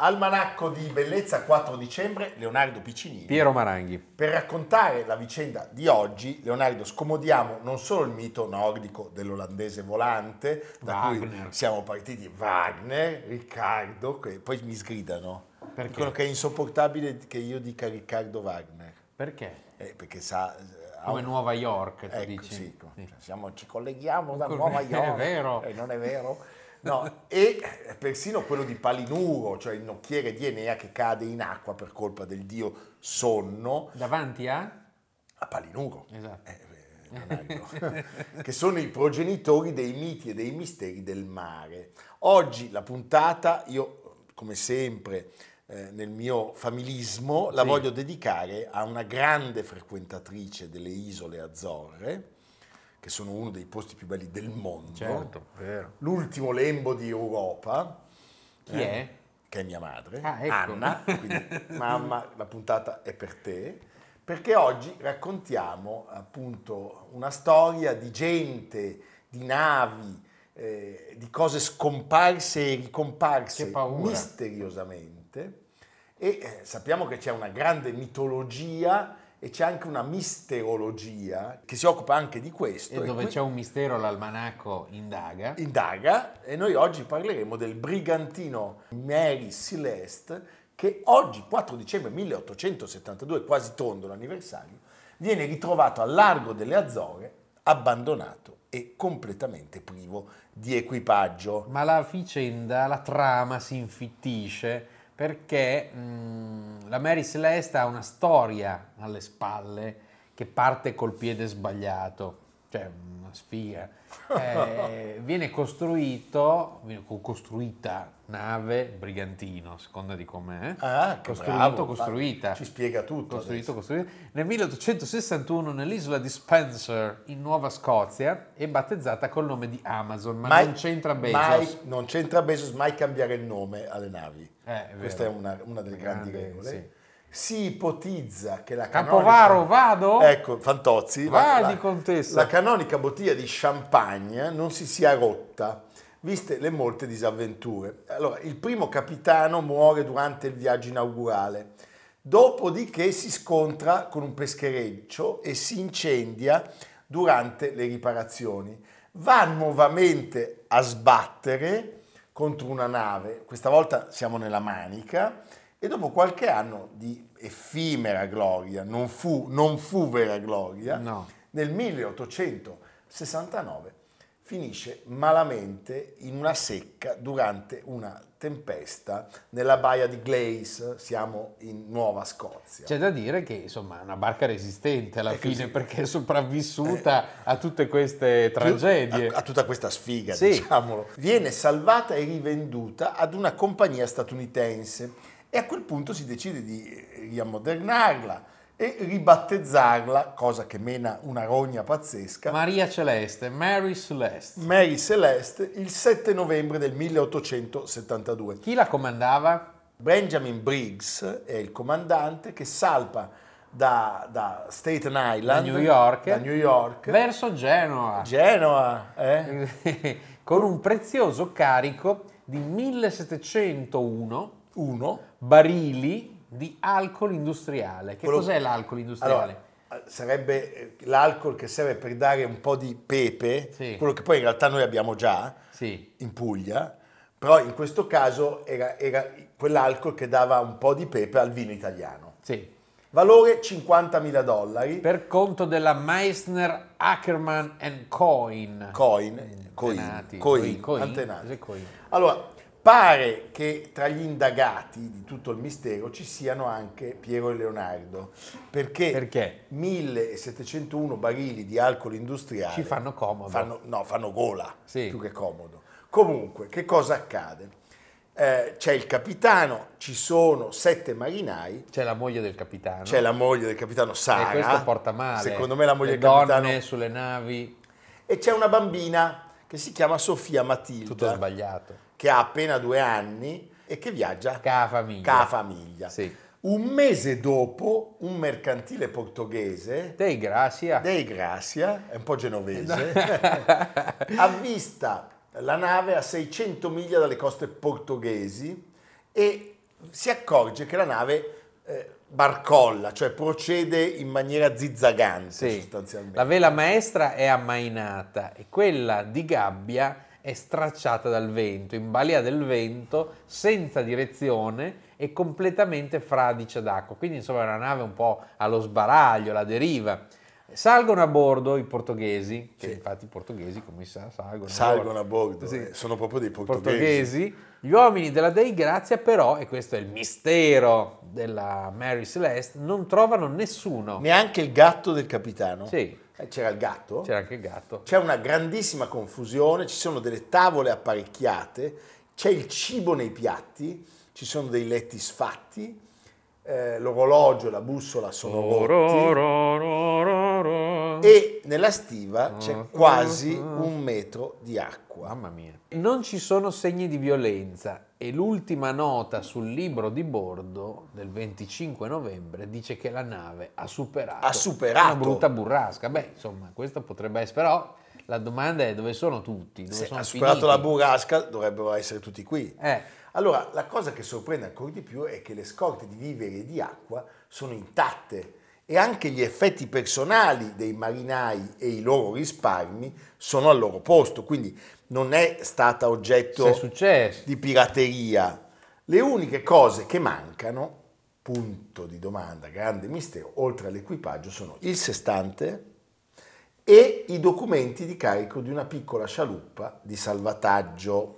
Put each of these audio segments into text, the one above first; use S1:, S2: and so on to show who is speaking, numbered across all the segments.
S1: Almanacco di Bellezza 4 dicembre, Leonardo Piccinini.
S2: Piero Maranghi.
S1: Per raccontare la vicenda di oggi, Leonardo, scomodiamo non solo il mito nordico dell'olandese volante, da
S2: Wagner.
S1: cui siamo partiti Wagner, Riccardo, che poi mi sgridano.
S2: Perché?
S1: Dicono che è insopportabile che io dica Riccardo Wagner,
S2: Perché?
S1: Eh, perché sa... eh, ha
S2: Come
S1: un-
S2: Nuova York, tu
S1: Ecco,
S2: dici?
S1: sì, co- siamo- ci colleghiamo da
S2: Col-
S1: Nuova
S2: è
S1: York.
S2: vero.
S1: Eh, non è vero? No, e persino quello di Palinuro, cioè il nocchiere di Enea che cade in acqua per colpa del dio sonno
S2: Davanti a?
S1: a Palinuro.
S2: Esatto.
S1: Eh, eh, Leonardo, che sono i progenitori dei miti e dei misteri del mare. Oggi la puntata, io come sempre eh, nel mio familismo, la
S2: Sì.
S1: voglio dedicare a una grande frequentatrice delle isole Azzorre, che sono uno dei posti più belli del mondo,
S2: Certo. vero.
S1: l'ultimo lembo di Europa,
S2: Chi
S1: Eh.
S2: è?
S1: che è mia madre,
S2: Ah, ecco.
S1: Anna, quindi mamma, la puntata è per te, perché oggi raccontiamo appunto una storia di gente, di navi, eh, di cose scomparse e
S2: Che
S1: ricomparse
S2: paura.
S1: misteriosamente e eh, sappiamo che c'è una grande mitologia e c'è anche una misterologia che si occupa anche di questo.
S2: E dove
S1: qui-
S2: c'è un mistero l'almanacco indaga.
S1: indaga e noi oggi parleremo del brigantino Mary Celeste che oggi 4 dicembre 1872, quasi tondo l'anniversario, viene ritrovato al largo delle Azzorre abbandonato e completamente privo di equipaggio.
S2: Ma la vicenda, la trama si infittisce perché mh, la Mary Celeste ha una storia alle spalle che parte col piede sbagliato, cioè una sfiga. Eh, viene costruito, viene co- costruita nave brigantino, a seconda di com'è.
S1: Ah, che
S2: costruito,
S1: bravo,
S2: costruita.
S1: Ci spiega tutto.
S2: Costruito,
S1: adesso.
S2: costruito nel 1861 nell'isola di Spencer in Nuova Scozia e battezzata col nome di Amazon, ma,
S1: Mai-
S2: non c'entra Bezos.
S1: mai- non c'entra Bezos, mai cambiare il nome alle navi.
S2: Eh, è
S1: Questa è
S2: vero.
S1: una, una delle grandi,
S2: Grande,
S1: regole.
S2: sì.
S1: Si ipotizza che la
S2: Capovaro,
S1: canonica-
S2: vado?
S1: Ecco, Fantozzi.
S2: Vadi,
S1: la- la-
S2: contessa.
S1: La canonica bottiglia di champagne non si sia rotta, viste le molte disavventure. Allora, il primo capitano muore durante il viaggio inaugurale. Dopodiché si scontra con un peschereccio e si incendia durante le riparazioni. Va nuovamente a sbattere contro una nave, questa volta siamo nella Manica, e dopo qualche anno di effimera gloria, non fu, non fu vera gloria,
S2: No.
S1: nel 1869 finisce malamente in una secca durante una tempesta nella baia di Glace, siamo in Nuova Scozia.
S2: C'è da dire che insomma è una barca resistente alla
S1: È
S2: fine
S1: così. Eh.
S2: perché è sopravvissuta a tutte queste tragedie.
S1: A, a tutta questa sfiga,
S2: Sì.
S1: diciamolo. Viene salvata e rivenduta ad una compagnia statunitense e a quel punto si decide di eh, riammodernarla e ribattezzarla, cosa che mena una rogna pazzesca.
S2: Maria Celeste, Mary Celeste.
S1: Mary Celeste il 7 novembre del 1872.
S2: Chi la comandava?
S1: Benjamin Briggs è il comandante che salpa da, da Staten Island,
S2: Da New York.
S1: da New York,
S2: Verso Genova.
S1: Genoa, eh?
S2: con un prezioso carico di 1701
S1: uno.
S2: barili di alcol industriale. Che
S1: Quello-
S2: cos'è l'alcol industriale?
S1: Allora, eh, sarebbe eh, l'alcol che serve per dare un po' di pepe,
S2: Sì.
S1: quello che poi in realtà noi abbiamo già
S2: sì.
S1: in Puglia, però in questo caso era, era quell'alcol che dava un po' di pepe al vino italiano.
S2: Sì.
S1: Valore 50.000 dollari,
S2: Per conto della Meissner Ackerman and Coin. Mm,
S1: coin, coin,
S2: Antenati.
S1: coin,
S2: Coin.
S1: antenati.
S2: Cos'è coin?
S1: Allora, pare che tra gli indagati di tutto il mistero ci siano anche Piero e Leonardo, perché,
S2: Perché?
S1: 1701 barili di alcol industriale
S2: Ci fanno comodo.
S1: fanno, no, fanno gola,
S2: Sì.
S1: più che comodo. Comunque, che cosa accade? Eh, c'è il capitano, ci sono sette marinai,
S2: C'è la moglie del capitano.
S1: c'è la moglie del capitano Sara.
S2: E questo porta male.
S1: Secondo me la moglie
S2: Le
S1: del capitano
S2: donne sulle navi.
S1: e c'è una bambina che si chiama Sofia Matilda,
S2: Tutto sbagliato.
S1: che ha appena due anni e che viaggia
S2: Ca famiglia.
S1: ca famiglia.
S2: Sì.
S1: Un mese dopo, un mercantile portoghese
S2: Dei Gracia.
S1: Dei Gracia, è un po' genovese,
S2: Eh,
S1: avvista la nave a 600 miglia dalle coste portoghesi e si accorge che la nave eh, barcolla, cioè procede in maniera zizzagante
S2: Sì.
S1: sostanzialmente.
S2: La vela maestra è ammainata e quella di gabbia è stracciata dal vento, in balia del vento, senza direzione e completamente fradicia d'acqua. Quindi insomma è una nave un po' allo sbaraglio, alla deriva. Salgono a bordo i portoghesi, che
S1: Sì.
S2: infatti i portoghesi come si sa salgono. a
S1: Salgono
S2: bordo.
S1: a bordo,
S2: Sì.
S1: eh, sono proprio dei portoghesi.
S2: portoghesi. Gli uomini della Dei Grazia però, e questo è il mistero della Mary Celeste, non trovano nessuno.
S1: Neanche il gatto del capitano.
S2: Sì,
S1: Eh, c'era il gatto?
S2: c'era anche il gatto.
S1: C'è una grandissima confusione, ci sono delle tavole apparecchiate, c'è il cibo nei piatti, ci sono dei letti sfatti, eh, l'orologio e la bussola sono rotti e nella stiva c'è quasi un metro di acqua.
S2: Mamma mia. Non ci sono segni di violenza e l'ultima nota sul libro di bordo del 25 novembre dice che la nave ha superato,
S1: Ha superato.
S2: una brutta burrasca. Beh, insomma, questa potrebbe essere, però la domanda è dove sono tutti? Dove
S1: Se
S2: sono
S1: ha superato
S2: finiti?
S1: la burrasca dovrebbero essere tutti qui.
S2: Eh,
S1: Allora, la cosa che sorprende ancora di più è che le scorte di viveri e di acqua sono intatte e anche gli effetti personali dei marinai e i loro risparmi sono al loro posto, quindi non è stata
S2: se è
S1: oggetto
S2: successo.
S1: di pirateria. Le uniche cose che mancano, punto di domanda, grande mistero, oltre all'equipaggio, sono il sestante e i documenti di carico di una piccola scialuppa di salvataggio.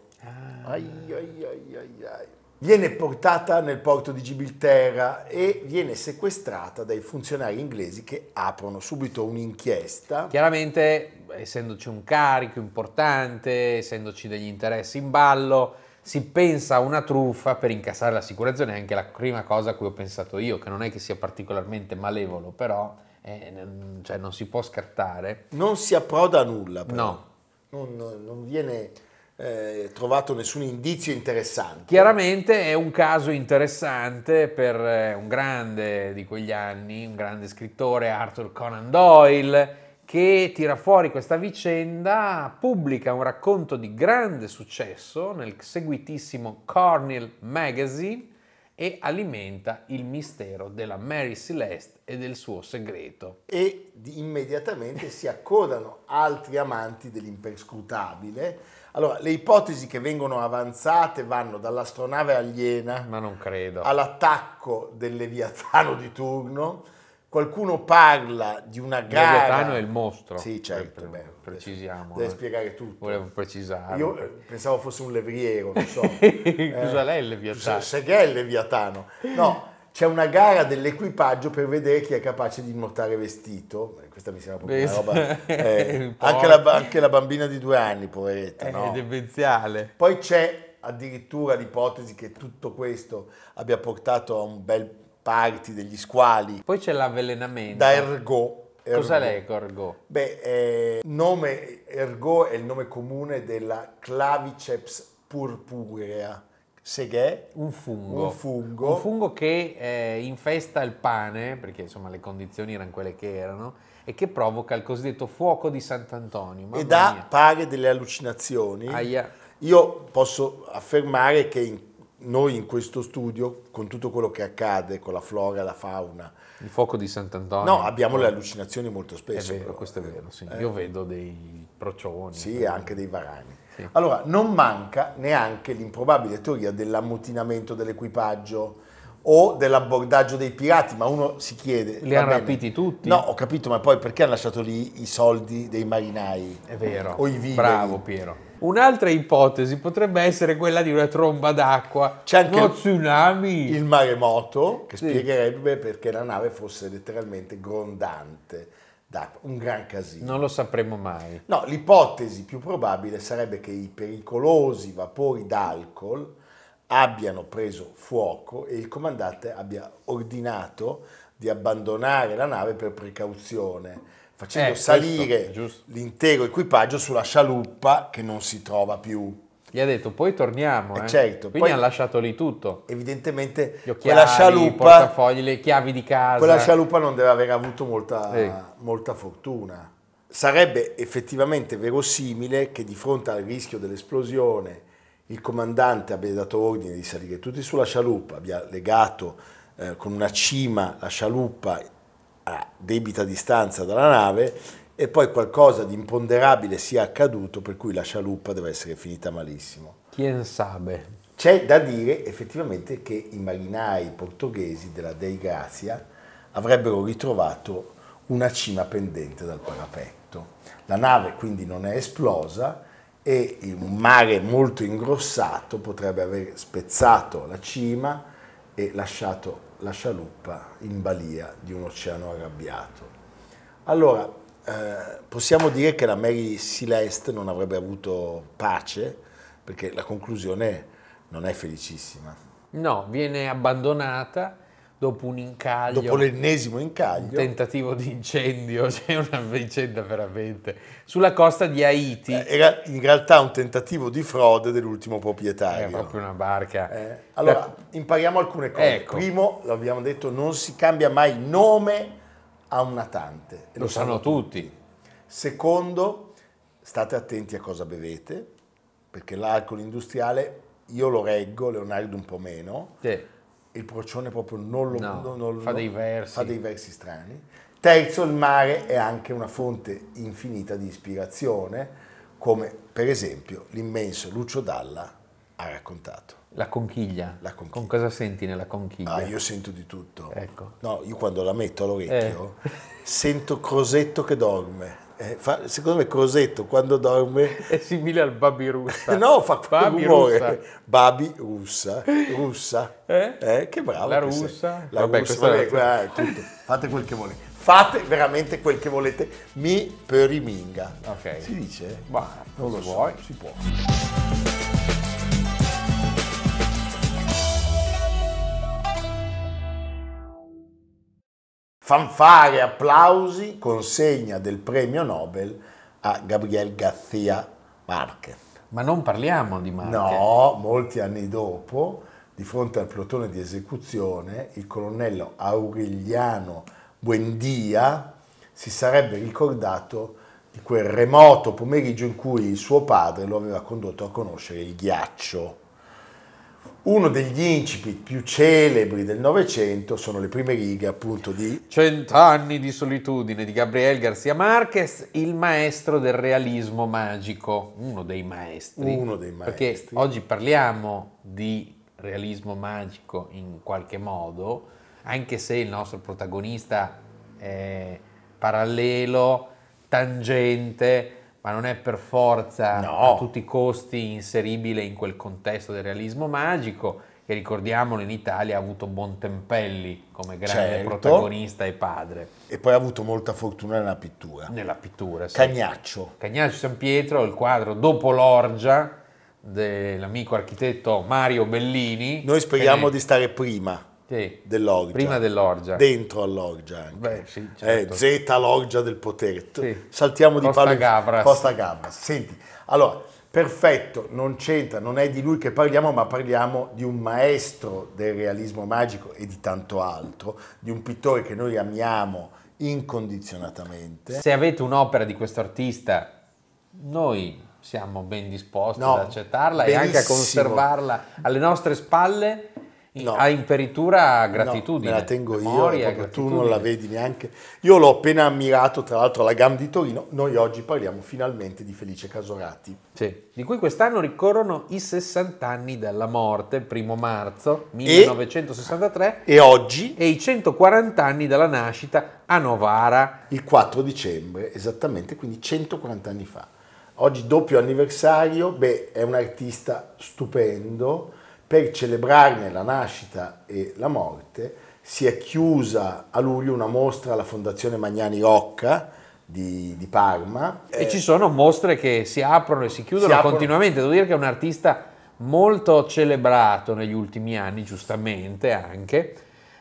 S1: Ai, ai, ai, ai, ai. Viene portata nel porto di Gibilterra e viene sequestrata dai funzionari inglesi che aprono subito un'inchiesta.
S2: Chiaramente, essendoci un carico importante, essendoci degli interessi in ballo, si pensa a una truffa per incassare l'assicurazione, è anche la prima cosa a cui ho pensato io, che non è che sia particolarmente malevolo, però eh, n- cioè, non si può scartare.
S1: Non si approda a nulla, però.
S2: No.
S1: Non, non- non viene eh, trovato nessun indizio interessante.
S2: Chiaramente è un caso interessante per eh, un grande di quegli anni, un grande scrittore, Arthur Conan Doyle, che tira fuori questa vicenda, pubblica un racconto di grande successo nel seguitissimo Cornell Magazine e alimenta il mistero della Mary Celeste e del suo segreto.
S1: E di- immediatamente si accodano altri amanti dell'imperscrutabile. Allora, le ipotesi che vengono avanzate vanno dall'astronave aliena
S2: Ma non credo.
S1: all'attacco del Leviatano di turno. Qualcuno parla di una gara.
S2: Leviatano è il mostro.
S1: Sì, certo.
S2: Per-
S1: beh,
S2: precisiamo.
S1: Deve
S2: eh.
S1: spiegare tutto.
S2: Volevo precisare.
S1: Io eh, pensavo fosse un levriero, non so.
S2: Cosa lei il Leviatano?
S1: Se che è il Leviatano? No, c'è una gara dell'equipaggio per vedere chi è capace di immortare vestito. Eh, Questa mi sembra proprio una roba. eh, anche, la, ba- anche la bambina di due anni, poveretta.
S2: eh, è
S1: no?
S2: demenziale.
S1: Poi c'è addirittura l'ipotesi che tutto questo abbia portato a un bel party degli squali
S2: Poi c'è l'avvelenamento.
S1: da Ergo.
S2: Cosa
S1: Ergo.
S2: lei Corgo?
S1: Beh, eh, nome ergo è il nome comune della Claviceps purpurea, seghè,
S2: Un fungo.
S1: Un fungo.
S2: Un fungo che eh, infesta il pane, perché insomma le condizioni erano quelle che erano, e che provoca il cosiddetto fuoco di Sant'Antonio. Mamma
S1: e dà
S2: mia.
S1: pare delle allucinazioni.
S2: Aia.
S1: Io posso affermare che in- noi in questo studio, con tutto quello che accade, con la flora e la fauna,
S2: Il fuoco di Sant'Antonio.
S1: no, abbiamo le allucinazioni molto
S2: Ah, È
S1: spesso.
S2: vero,
S1: però,
S2: questo è vero, sì.
S1: eh.
S2: Io vedo dei procioni.
S1: Sì, anche dei varani.
S2: Sì.
S1: Allora, non manca neanche l'improbabile teoria dell'ammutinamento dell'equipaggio o dell'abbordaggio dei pirati, ma uno si chiede...
S2: Li
S1: va
S2: hanno
S1: bene,
S2: rapiti tutti?
S1: No, ho capito, ma poi perché hanno lasciato lì i soldi dei marinai?
S2: È vero.
S1: O i viveri?
S2: Bravo Piero. Un'altra ipotesi potrebbe essere quella di una tromba d'acqua.
S1: C'è anche
S2: Uno
S1: il-
S2: tsunami.
S1: Il maremoto, che
S2: Sì.
S1: spiegherebbe perché la nave fosse letteralmente grondante d'acqua. Un gran casino.
S2: Non lo sapremo mai.
S1: No, l'ipotesi più probabile sarebbe che i pericolosi vapori d'alcol abbiano preso fuoco e il comandante abbia ordinato di abbandonare la nave per precauzione, facendo
S2: Eh,
S1: salire
S2: questo, giusto.
S1: l'intero equipaggio sulla scialuppa che non si trova più.
S2: Gli ha detto poi torniamo.
S1: Eh,
S2: eh.
S1: certo,
S2: Quindi
S1: poi-
S2: hanno lasciato lì tutto.
S1: Evidentemente
S2: Gli occhiali,
S1: quella
S2: i
S1: scialuppa,
S2: portafogli, le chiavi di casa.
S1: quella scialuppa non deve aver avuto molta,
S2: Sì.
S1: molta fortuna. Sarebbe effettivamente verosimile che di fronte al rischio dell'esplosione il comandante abbia dato ordine di salire tutti sulla scialuppa, abbia legato eh, con una cima la scialuppa a debita distanza dalla nave e poi qualcosa di imponderabile sia accaduto per cui la scialuppa deve essere finita malissimo.
S2: Chi sabe.
S1: C'è da dire effettivamente che i marinai portoghesi della Dei Grazia avrebbero ritrovato una cima pendente dal parapetto. La nave quindi non è esplosa e un mare molto ingrossato potrebbe aver spezzato la cima e lasciato la scialuppa in balia di un oceano arrabbiato. Allora, eh, possiamo dire che la Mary Celeste non avrebbe avuto pace perché la conclusione non è felicissima.
S2: No, viene abbandonata dopo un incaglio.
S1: Dopo l'ennesimo
S2: un
S1: incaglio,
S2: tentativo di incendio, c'è una vicenda veramente sulla costa di Haiti.
S1: eh, era in realtà un tentativo di frode dell'ultimo
S2: è
S1: proprietario.
S2: proprio una barca.
S1: Eh, allora, impariamo alcune cose.
S2: Ecco.
S1: Primo, l'abbiamo detto, non si cambia mai nome a un natante. E
S2: Lo sanno tutti.
S1: Secondo, state attenti a cosa bevete, perché l'alcol industriale io lo reggo, Leonardo un po' meno,
S2: Sì.
S1: il procione proprio non lo...
S2: No,
S1: non- non-
S2: fa dei
S1: non-
S2: versi.
S1: fa dei versi strani. Terzo, il mare è anche una fonte infinita di ispirazione, come per esempio l'immenso Lucio Dalla ha raccontato.
S2: La conchiglia.
S1: La conchiglia.
S2: Con cosa senti nella conchiglia?
S1: Ah, io sento di tutto.
S2: Eh. Ecco. Eh.
S1: No, io quando la metto all'orecchio sento Crosetto che dorme. Eh, fa- secondo me Crosetto quando dorme...
S2: È simile al babirussa.
S1: No, fa quel
S2: Babi
S1: rumore.
S2: russa.
S1: Babi russa. Russa.
S2: Eh?
S1: Eh, che bravo.
S2: La
S1: che sei.
S2: russa.
S1: La
S2: Vabbè,
S1: russa.
S2: questa è
S1: vabbè,
S2: la-
S1: qua è tutto. Fate quel che volete. Fate veramente quel che volete. Mi periminga.
S2: Ok.
S1: Si dice?
S2: Ma,
S1: non lo
S2: se vuoi.
S1: so. Si può. Fanfare, applausi, consegna del premio Nobel a Gabriel García Márquez.
S2: Ma non parliamo di Marche.
S1: No, molti anni dopo, di fronte al plotone di esecuzione, il colonnello Aureliano Buendia si sarebbe ricordato di quel remoto pomeriggio in cui il suo padre lo aveva condotto a conoscere il ghiaccio. Uno degli incipit più celebri del Novecento sono le prime righe appunto di
S2: Cent'anni di solitudine di Gabriel Garcia Marquez, il maestro del realismo magico, uno dei maestri.
S1: Uno dei
S2: Perché
S1: maestri.
S2: oggi parliamo di realismo magico in qualche modo, anche se il nostro protagonista è parallelo, tangente, ma non è per forza
S1: No.
S2: a tutti i costi inseribile in quel contesto del realismo magico che ricordiamolo in Italia ha avuto Bontempelli come grande
S1: Certo.
S2: protagonista e padre
S1: e poi ha avuto molta fortuna nella pittura.
S2: nella pittura. sì.
S1: Cagnaccio.
S2: Cagnaccio San Pietro, il quadro dopo l'orgia dell'amico architetto Mario Bellini.
S1: Noi speriamo
S2: Che-
S1: di stare prima
S2: sì,
S1: dell'orgia.
S2: Eh. prima dell'orgia.
S1: dentro all'orgia anche.
S2: Beh, sì, certo.
S1: Eh, Z l'orgia del potere. T-
S2: Sì.
S1: Saltiamo di
S2: Costa
S1: palo in-
S2: Gavras.
S1: Costa Gavras. Senti, allora, perfetto, non c'entra, non è di lui che parliamo, ma parliamo di un maestro del realismo magico e di tanto altro, di un pittore che noi amiamo incondizionatamente.
S2: Se avete un'opera di questo artista, noi siamo ben disposti
S1: No,
S2: ad accettarla e anche a
S1: benissimo.
S2: conservarla alle nostre spalle in-
S1: No.
S2: a imperitura gratitudine.
S1: No, me la tengo
S2: memoria,
S1: io, proprio tu
S2: gratitudine.
S1: non la vedi neanche. Io l'ho appena ammirato, tra l'altro, alla GAM di Torino. Noi oggi parliamo finalmente di Felice Casorati.
S2: Sì, di cui quest'anno ricorrono i 60 anni dalla morte, primo marzo
S1: E-
S2: 1963,
S1: E oggi,
S2: e i 140 anni dalla nascita a Novara.
S1: il 4 dicembre, esattamente, quindi 140 anni fa. Oggi doppio anniversario, beh, è un artista stupendo. Per celebrarne la nascita e la morte si è chiusa a luglio una mostra alla Fondazione Magnani Rocca di, di Parma.
S2: E ci sono mostre che si aprono e si chiudono
S1: Eh. aprono.
S2: continuamente. Devo dire che è un artista molto celebrato negli ultimi anni, giustamente anche.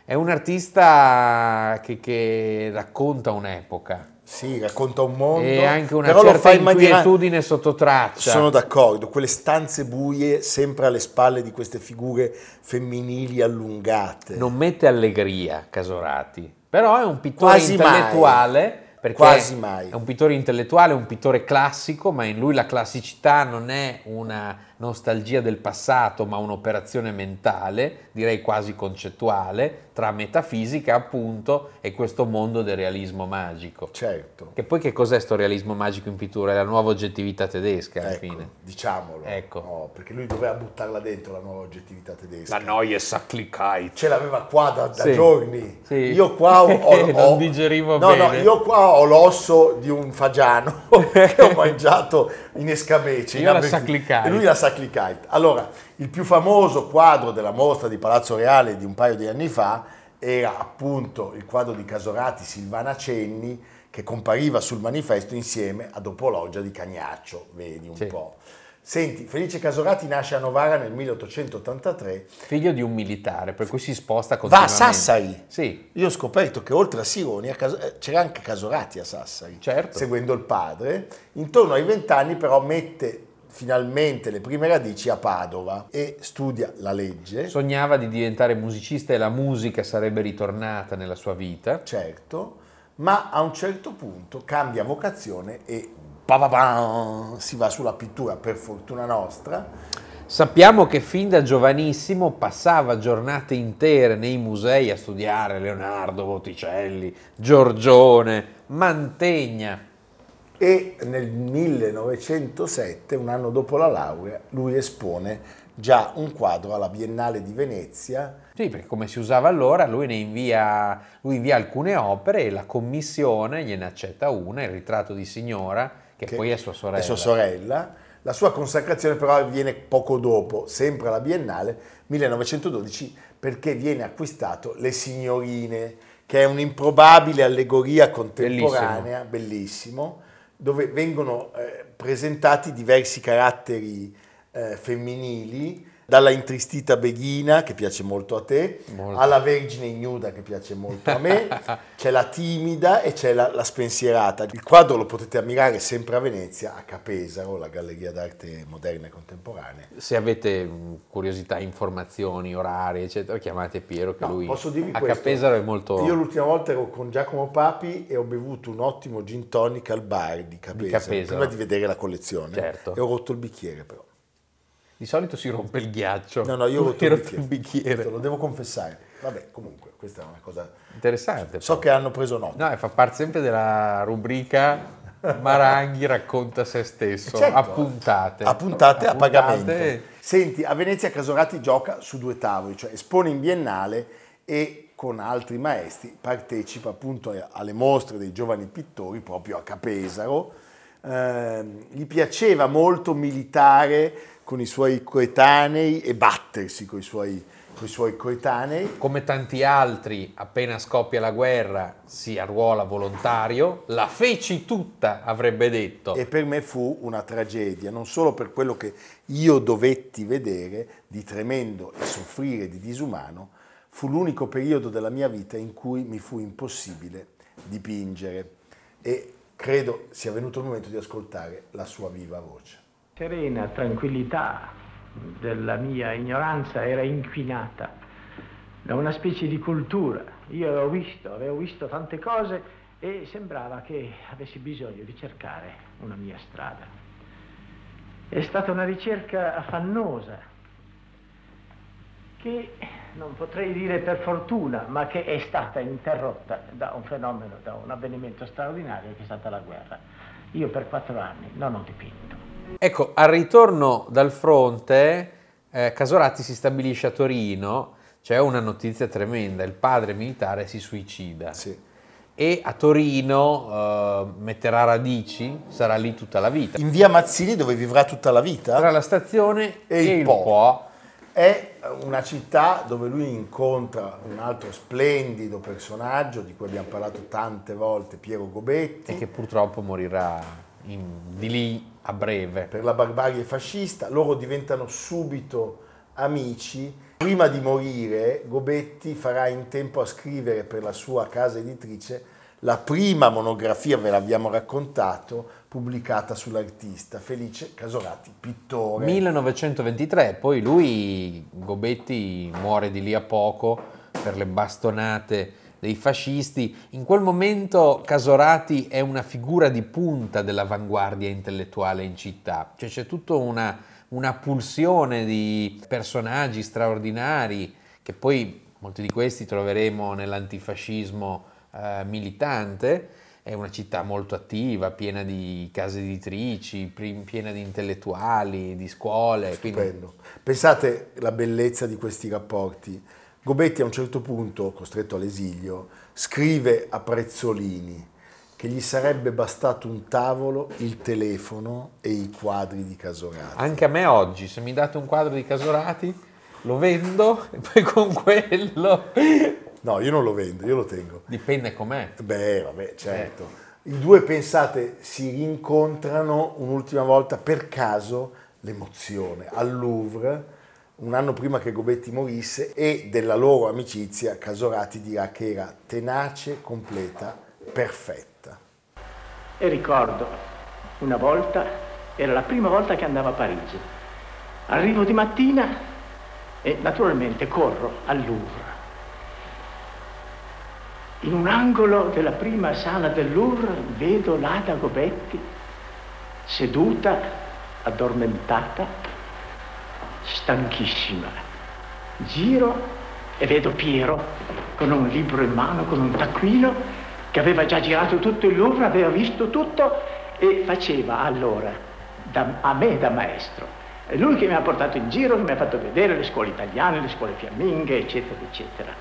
S2: È un artista che, che racconta un'epoca.
S1: Sì, racconta un mondo.
S2: e anche una
S1: però lo
S2: certa
S1: fa in maniera-
S2: inquietudine sotto traccia.
S1: Sono d'accordo, quelle stanze buie sempre alle spalle di queste figure femminili allungate.
S2: Non mette allegria Casorati, però è un pittore
S1: Quasi mai.
S2: intellettuale, perché
S1: Quasi mai.
S2: è un pittore intellettuale, è un pittore classico, ma in lui la classicità non è una nostalgia del passato, ma un'operazione mentale, direi quasi concettuale, tra metafisica appunto e questo mondo del realismo magico.
S1: Certo,
S2: Che poi che cos'è sto realismo magico in pittura? È la nuova oggettività tedesca alla
S1: ecco,
S2: fine.
S1: diciamolo.
S2: Ecco.
S1: No, perché lui doveva buttarla dentro la nuova oggettività tedesca.
S2: noia sacclicai.
S1: Ce l'aveva qua da, da
S2: Sì.
S1: giorni.
S2: Sì.
S1: Io qua ho, ho-
S2: Non digerivo
S1: no, No,
S2: bene.
S1: io qua ho l'osso di un fagiano che ho mangiato in escabeche.
S2: Io
S1: in
S2: la
S1: Abeti-
S2: sacclicai.
S1: E lui la sacclicai. Allora, il più famoso quadro della mostra di Palazzo Reale di un paio di anni fa era appunto il quadro di Casorati Silvana Cenni che compariva sul manifesto insieme ad Opologgia di Cagnaccio, vedi un
S2: Sì.
S1: po'. Senti, Felice Casorati nasce a Novara nel 1883
S2: Figlio di un militare, per cui si
S1: Va
S2: sposta
S1: a
S2: continuamente.
S1: Sassari.
S2: Sì,
S1: Io ho scoperto che oltre a Sironi a Cas- eh, c'era anche Casorati a Sassari,
S2: Certo.
S1: seguendo il padre. Intorno ai vent'anni però mette finalmente le prime radici a Padova e studia la legge,
S2: sognava di diventare musicista e la musica sarebbe ritornata nella sua vita.
S1: certo, ma a un certo punto cambia vocazione e bababam, si va sulla pittura per fortuna nostra.
S2: Sappiamo che fin da giovanissimo passava giornate intere nei musei a studiare Leonardo Botticelli, Giorgione, Mantegna.
S1: e nel 1907, un anno dopo la laurea, lui espone già un quadro alla Biennale di Venezia.
S2: Sì, perché come si usava allora, lui ne invia, lui invia alcune opere e la commissione gliene accetta una, il ritratto di signora, che, poi è sua sorella.
S1: È sua sorella. La sua consacrazione però avviene poco dopo, sempre alla Biennale 1912, perché viene acquistato Le Signorine, che è un'improbabile allegoria contemporanea, bellissimo, dove vengono eh, presentati diversi caratteri eh, femminili, dalla intristita Beghina, che piace molto a te,
S2: Molto.
S1: alla Vergine ignuda, che piace molto a me, c'è la timida e c'è la, la spensierata. Il quadro lo potete ammirare sempre a Venezia, a Capesaro, la Galleria d'Arte Moderna e Contemporanea.
S2: Se avete mh, curiosità, informazioni, orari, eccetera, chiamate Piero che
S1: No,
S2: lui
S1: posso dirvi
S2: a
S1: questo?
S2: Capesaro è molto
S1: Io l'ultima volta ero con Giacomo Papi e ho bevuto un ottimo gin tonic al bar di Capesaro,
S2: Capesaro.
S1: prima di vedere la collezione.
S2: Certo.
S1: E ho rotto il bicchiere però.
S2: Di solito si rompe il ghiaccio.
S1: No, no, io ho rotto
S2: Tu hai
S1: il
S2: rotto
S1: bicchiere.
S2: il bicchiere.
S1: Lo devo confessare. Vabbè, comunque, questa è una cosa...
S2: Interessante.
S1: So che hanno preso nota.
S2: No, e fa parte sempre della rubrica Maranghi racconta se stesso,
S1: Certo.
S2: appuntate.
S1: Appuntate a
S2: Appuntate.
S1: pagamento. Senti, a Venezia Casorati gioca su due tavoli, cioè espone in biennale e con altri maestri partecipa appunto alle mostre dei giovani pittori proprio a Capesaro. Ehm, gli piaceva molto militare con i suoi coetanei e battersi con i suoi, coi suoi coetanei.
S2: Come tanti altri, appena scoppia la guerra, si arruola volontario. La feci tutta, avrebbe detto.
S1: E per me fu una tragedia, non solo per quello che io dovetti vedere di tremendo e soffrire di disumano, fu l'unico periodo della mia vita in cui mi fu impossibile dipingere e credo sia venuto il momento di ascoltare la sua viva voce.
S3: serena tranquillità della mia ignoranza era inquinata da una specie di cultura. Io avevo visto, avevo visto tante cose e sembrava che avessi bisogno di cercare una mia strada. È stata una ricerca affannosa che non potrei dire per fortuna, ma che è stata interrotta da un fenomeno, da un avvenimento straordinario che è stata la guerra. Io per quattro anni non ho dipinto.
S2: Ecco, al ritorno dal fronte, eh, Casorati si stabilisce a Torino, c'è una notizia tremenda, il padre militare si suicida
S1: Sì.
S2: e a Torino eh, metterà radici, sarà lì tutta la vita.
S1: In via Mazzini, dove vivrà tutta la
S2: Tra
S1: vita,
S2: la stazione
S1: E
S2: e,
S1: il
S2: il
S1: Po.
S2: Po.
S1: è una città dove lui incontra un altro splendido personaggio di cui abbiamo parlato tante volte, Piero Gobetti.
S2: e che purtroppo morirà in- di lì a breve.
S1: per la barbarie fascista, loro diventano subito amici. Prima di morire, Gobetti farà in tempo a scrivere per la sua casa editrice la prima monografia, ve l'abbiamo raccontato, pubblicata sull'artista Felice Casorati, pittore.
S2: 1923, poi lui, Gobetti, muore di lì a poco per le bastonate dei fascisti. In quel momento Casorati è una figura di punta dell'avanguardia intellettuale in città, cioè c'è tutta una, una pulsione di personaggi straordinari che poi molti di questi troveremo nell'antifascismo eh, militante. È una città molto attiva, piena di case editrici, pri- piena di intellettuali, di scuole. quindi-
S1: Stupendo. Pensate la bellezza di questi rapporti. Gobetti a un certo punto, costretto all'esilio, scrive a Prezzolini che gli sarebbe bastato un tavolo, il telefono e i quadri di Casorati.
S2: Anche a me oggi, se mi date un quadro di Casorati, lo vendo e poi con quello...
S1: No, io non lo vendo, io lo tengo.
S2: Dipende com'è.
S1: Beh, vabbè, certo. I due, pensate, si rincontrano un'ultima volta per caso, l'emozione, al Louvre, un anno prima che Gobetti morisse e della loro amicizia Casorati dirà che era tenace, completa, perfetta.
S3: E ricordo, una volta, era la prima volta che andavo a Parigi. Arrivo di mattina e naturalmente corro al Louvre. In un angolo della prima sala del Louvre vedo l'Ada Gobetti seduta, addormentata, stanchissima. Giro e vedo Piero con un libro in mano, con un taccuino, che aveva già girato tutto il Louvre, aveva visto tutto e faceva allora da- a me da maestro. È lui che mi ha portato in giro, che mi ha fatto vedere le scuole italiane, le scuole fiamminghe, eccetera, eccetera.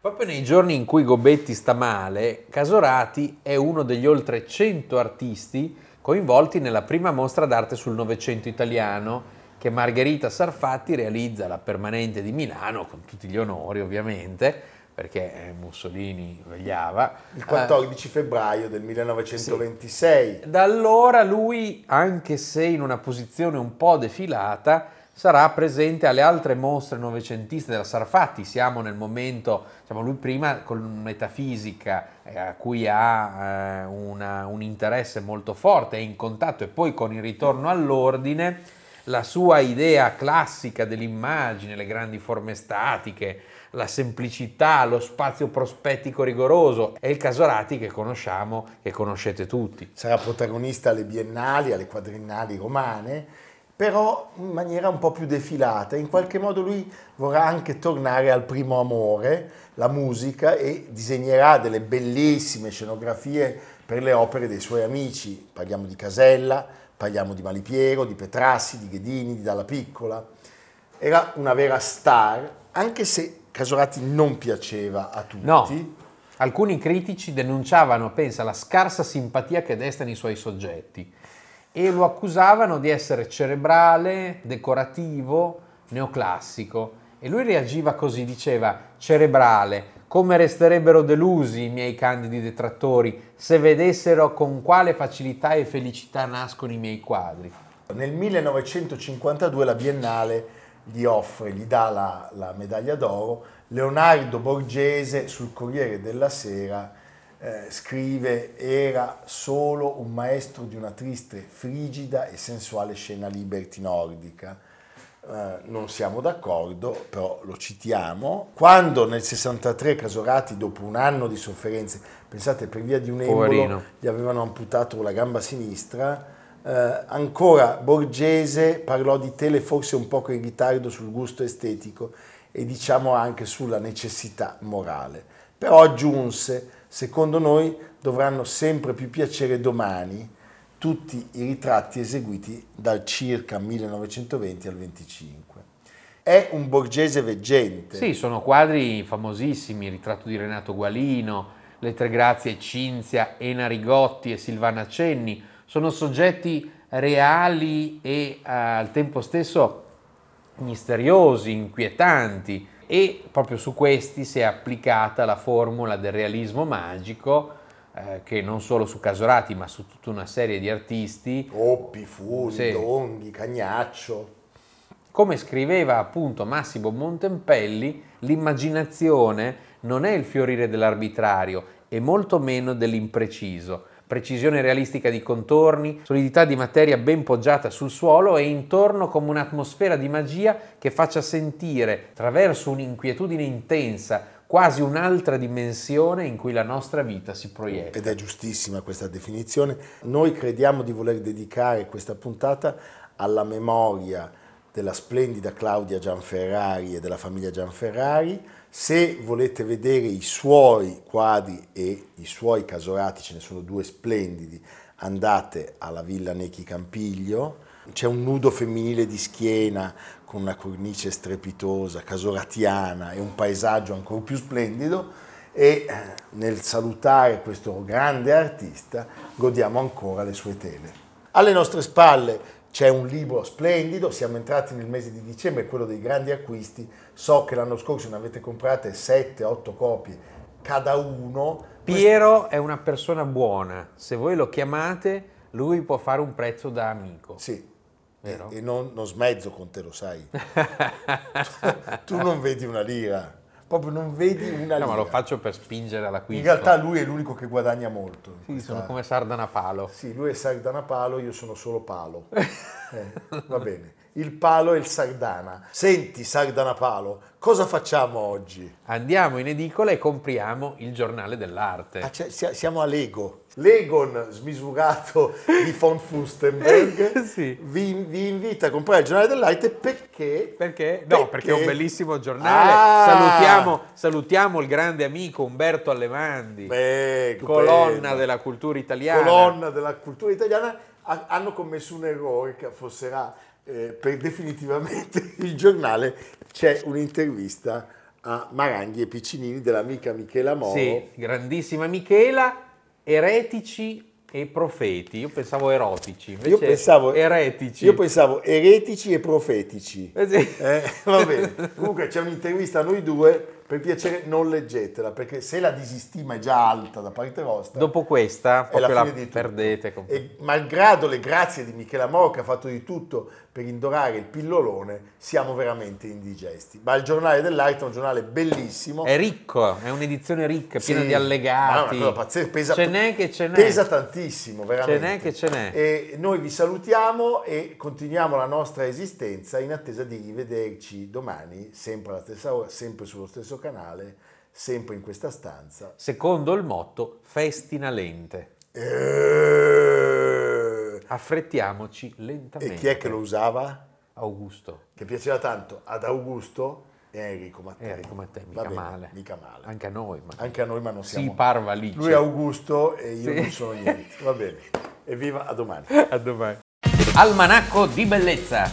S2: Proprio nei giorni in cui Gobetti sta male, Casorati è uno degli oltre 100 artisti coinvolti nella prima mostra d'arte sul Novecento italiano che Margherita Sarfatti realizza alla Permanente di Milano, con tutti gli onori ovviamente, perché eh, Mussolini vegliava.
S1: Il
S2: Eh,
S1: 14 febbraio del 1926.
S2: Da allora lui, anche se in una posizione un po' defilata, sarà presente alle altre mostre novecentiste della Sarfatti. Siamo nel momento, diciamo, lui prima con metafisica, eh, a cui ha eh, una- un interesse molto forte, è in contatto, e poi con il ritorno all'ordine. La sua idea classica dell'immagine, le grandi forme statiche, la semplicità, lo spazio prospettico rigoroso è il Casorati che conosciamo, che conoscete tutti.
S1: sarà protagonista alle biennali, alle quadriennali romane, però in maniera un po' più defilata. In qualche modo lui vorrà anche tornare al primo amore, la musica, e disegnerà delle bellissime scenografie per le opere dei suoi amici. Parliamo di Casella, parliamo di Malipiero, di Petrassi, di Ghedini, di Dalla Piccola. Era una vera star, anche se Casorati non piaceva a tutti.
S2: No. Alcuni critici denunciavano, pensa, la scarsa simpatia che desta nei suoi soggetti e lo accusavano di essere cerebrale, decorativo, neoclassico. E lui reagiva così, diceva, cerebrale, come resterebbero delusi i miei candidi detrattori se vedessero con quale facilità e felicità nascono i miei quadri.
S1: Nel 1952 la Biennale gli offre, gli dà la, la medaglia d'oro. Leonardo Borgese sul Corriere della Sera eh, scrive era solo un maestro di una triste, frigida e sensuale scena liberty nordica. Eh, non siamo d'accordo, però lo citiamo. Quando nel 63 Casorati, dopo un anno di sofferenze, pensate per via di un embolo,
S2: Poverino.
S1: gli avevano amputato la gamba sinistra, eh, ancora Borgese parlò di tele forse un poco in ritardo sul gusto estetico e diciamo anche sulla necessità morale. Però aggiunse, secondo noi dovranno sempre più piacere domani tutti i ritratti eseguiti dal circa 1920 al 25. È un borgese veggente.
S2: Sì, sono quadri famosissimi, il ritratto di Renato Gualino, le tre grazie Cinzia, Ena Rigotti e Silvana Cenni, sono soggetti reali e eh, al tempo stesso misteriosi, inquietanti e proprio su questi si è applicata la formula del realismo magico eh, che non solo su Casorati ma su tutta una serie di artisti
S1: Oppi, Furi,
S2: Sì.
S1: Donghi, Cagnaccio.
S2: Come scriveva appunto Massimo Montempelli, l'immaginazione non è il fiorire dell'arbitrario, e molto meno dell'impreciso. Precisione realistica di contorni, solidità di materia ben poggiata sul suolo e intorno come un'atmosfera di magia che faccia sentire, attraverso un'inquietudine intensa, quasi un'altra dimensione in cui la nostra vita si proietta.
S1: Ed è giustissima questa definizione. Noi crediamo di voler dedicare questa puntata alla memoria della splendida Claudia Gianferrari e della famiglia Gianferrari. Se volete vedere i suoi quadri e i suoi casorati, ce ne sono due splendidi, andate alla Villa Necchi Campiglio. C'è un nudo femminile di schiena con una cornice strepitosa, casoratiana e un paesaggio ancora più splendido e eh, nel salutare questo grande artista godiamo ancora le sue tele. Alle nostre spalle c'è un libro splendido, siamo entrati nel mese di dicembre, quello dei grandi acquisti, so che l'anno scorso ne avete comprate 7-8 copie, cada uno.
S2: Piero è una persona buona, se voi lo chiamate lui può fare un prezzo da amico.
S1: Sì,
S2: Vero?
S1: E non, non smezzo con te, lo sai. tu non vedi una lira, proprio non vedi una lira.
S2: No, ma lo faccio per spingere
S1: In
S2: all'acquisto.
S1: realtà lui è l'unico che guadagna molto. in
S2: Sì, sono
S1: questa-
S2: come Sardana Palo.
S1: Sì, lui è Sardana Palo, io sono solo Palo. Eh, va bene. Il Palo e il Sardana. Senti, Sardana Palo, cosa facciamo oggi?
S2: Eh. Andiamo in edicola e compriamo il giornale dell'arte.
S1: Ah, c'è- sia- siamo a Lego. Legon smisurato di von Fustenberg
S2: Sì.
S1: vi, vi invita a comprare il giornale dell'arte perché...
S2: Perché? No, perché è un bellissimo giornale.
S1: Ah!
S2: Salutiamo, salutiamo il grande amico Umberto Allevandi,
S1: Beh,
S2: colonna
S1: stupendo.
S2: della cultura italiana.
S1: colonna della cultura italiana, ha- hanno commesso un errore che affosserà eh, per definitivamente il giornale. C'è un'intervista a Maranghi e Piccinini dell'amica Michela Moro.
S2: Sì, grandissima Michela, eretici e profeti. Io pensavo erotici, invece
S1: Io pensavo,
S2: eretici.
S1: io pensavo eretici e profetici.
S2: Eh sì.
S1: Eh, va bene. Comunque c'è un'intervista a noi due, per piacere non leggetela, perché se la disistima è già alta da parte vostra,
S2: Dopo questa
S1: è la
S2: proprio la,
S1: fine di tutto.
S2: perdete completamente.
S1: E malgrado le grazie di Michela Moro che ha fatto di tutto per indorare il pillolone, siamo veramente indigesti. Ma il giornale dell'arte è un giornale bellissimo.
S2: È ricco, è un'edizione ricca,
S1: Sì.
S2: piena di
S1: Ma è una
S2: allegati.
S1: cosa pazzesca, pesa,
S2: Ce n'è che ce n'è.
S1: pesa tantissimo, veramente.
S2: Ce n'è che ce n'è.
S1: E noi vi salutiamo e continuiamo la nostra esistenza in attesa di rivederci domani, sempre alla stessa ora, sempre sullo stesso canale, sempre in questa stanza.
S2: Secondo il motto, festina lente.
S1: E-
S2: Affrettiamoci lentamente.
S1: e chi è che lo usava?
S2: Augusto.
S1: che piaceva tanto ad Augusto e a Enrico Mattei.
S2: Enrico Mattei,
S1: Va
S2: mica
S1: bene,
S2: male.
S1: mica male. Anche,
S2: Anche a noi, ma
S1: a noi, ma non
S2: Sì,
S1: siamo...
S2: parva lì. cioè.
S1: Lui è Augusto e io
S2: Sì.
S1: non sono niente. Va bene. Evviva, a domani.
S2: A domani. Almanacco di bellezza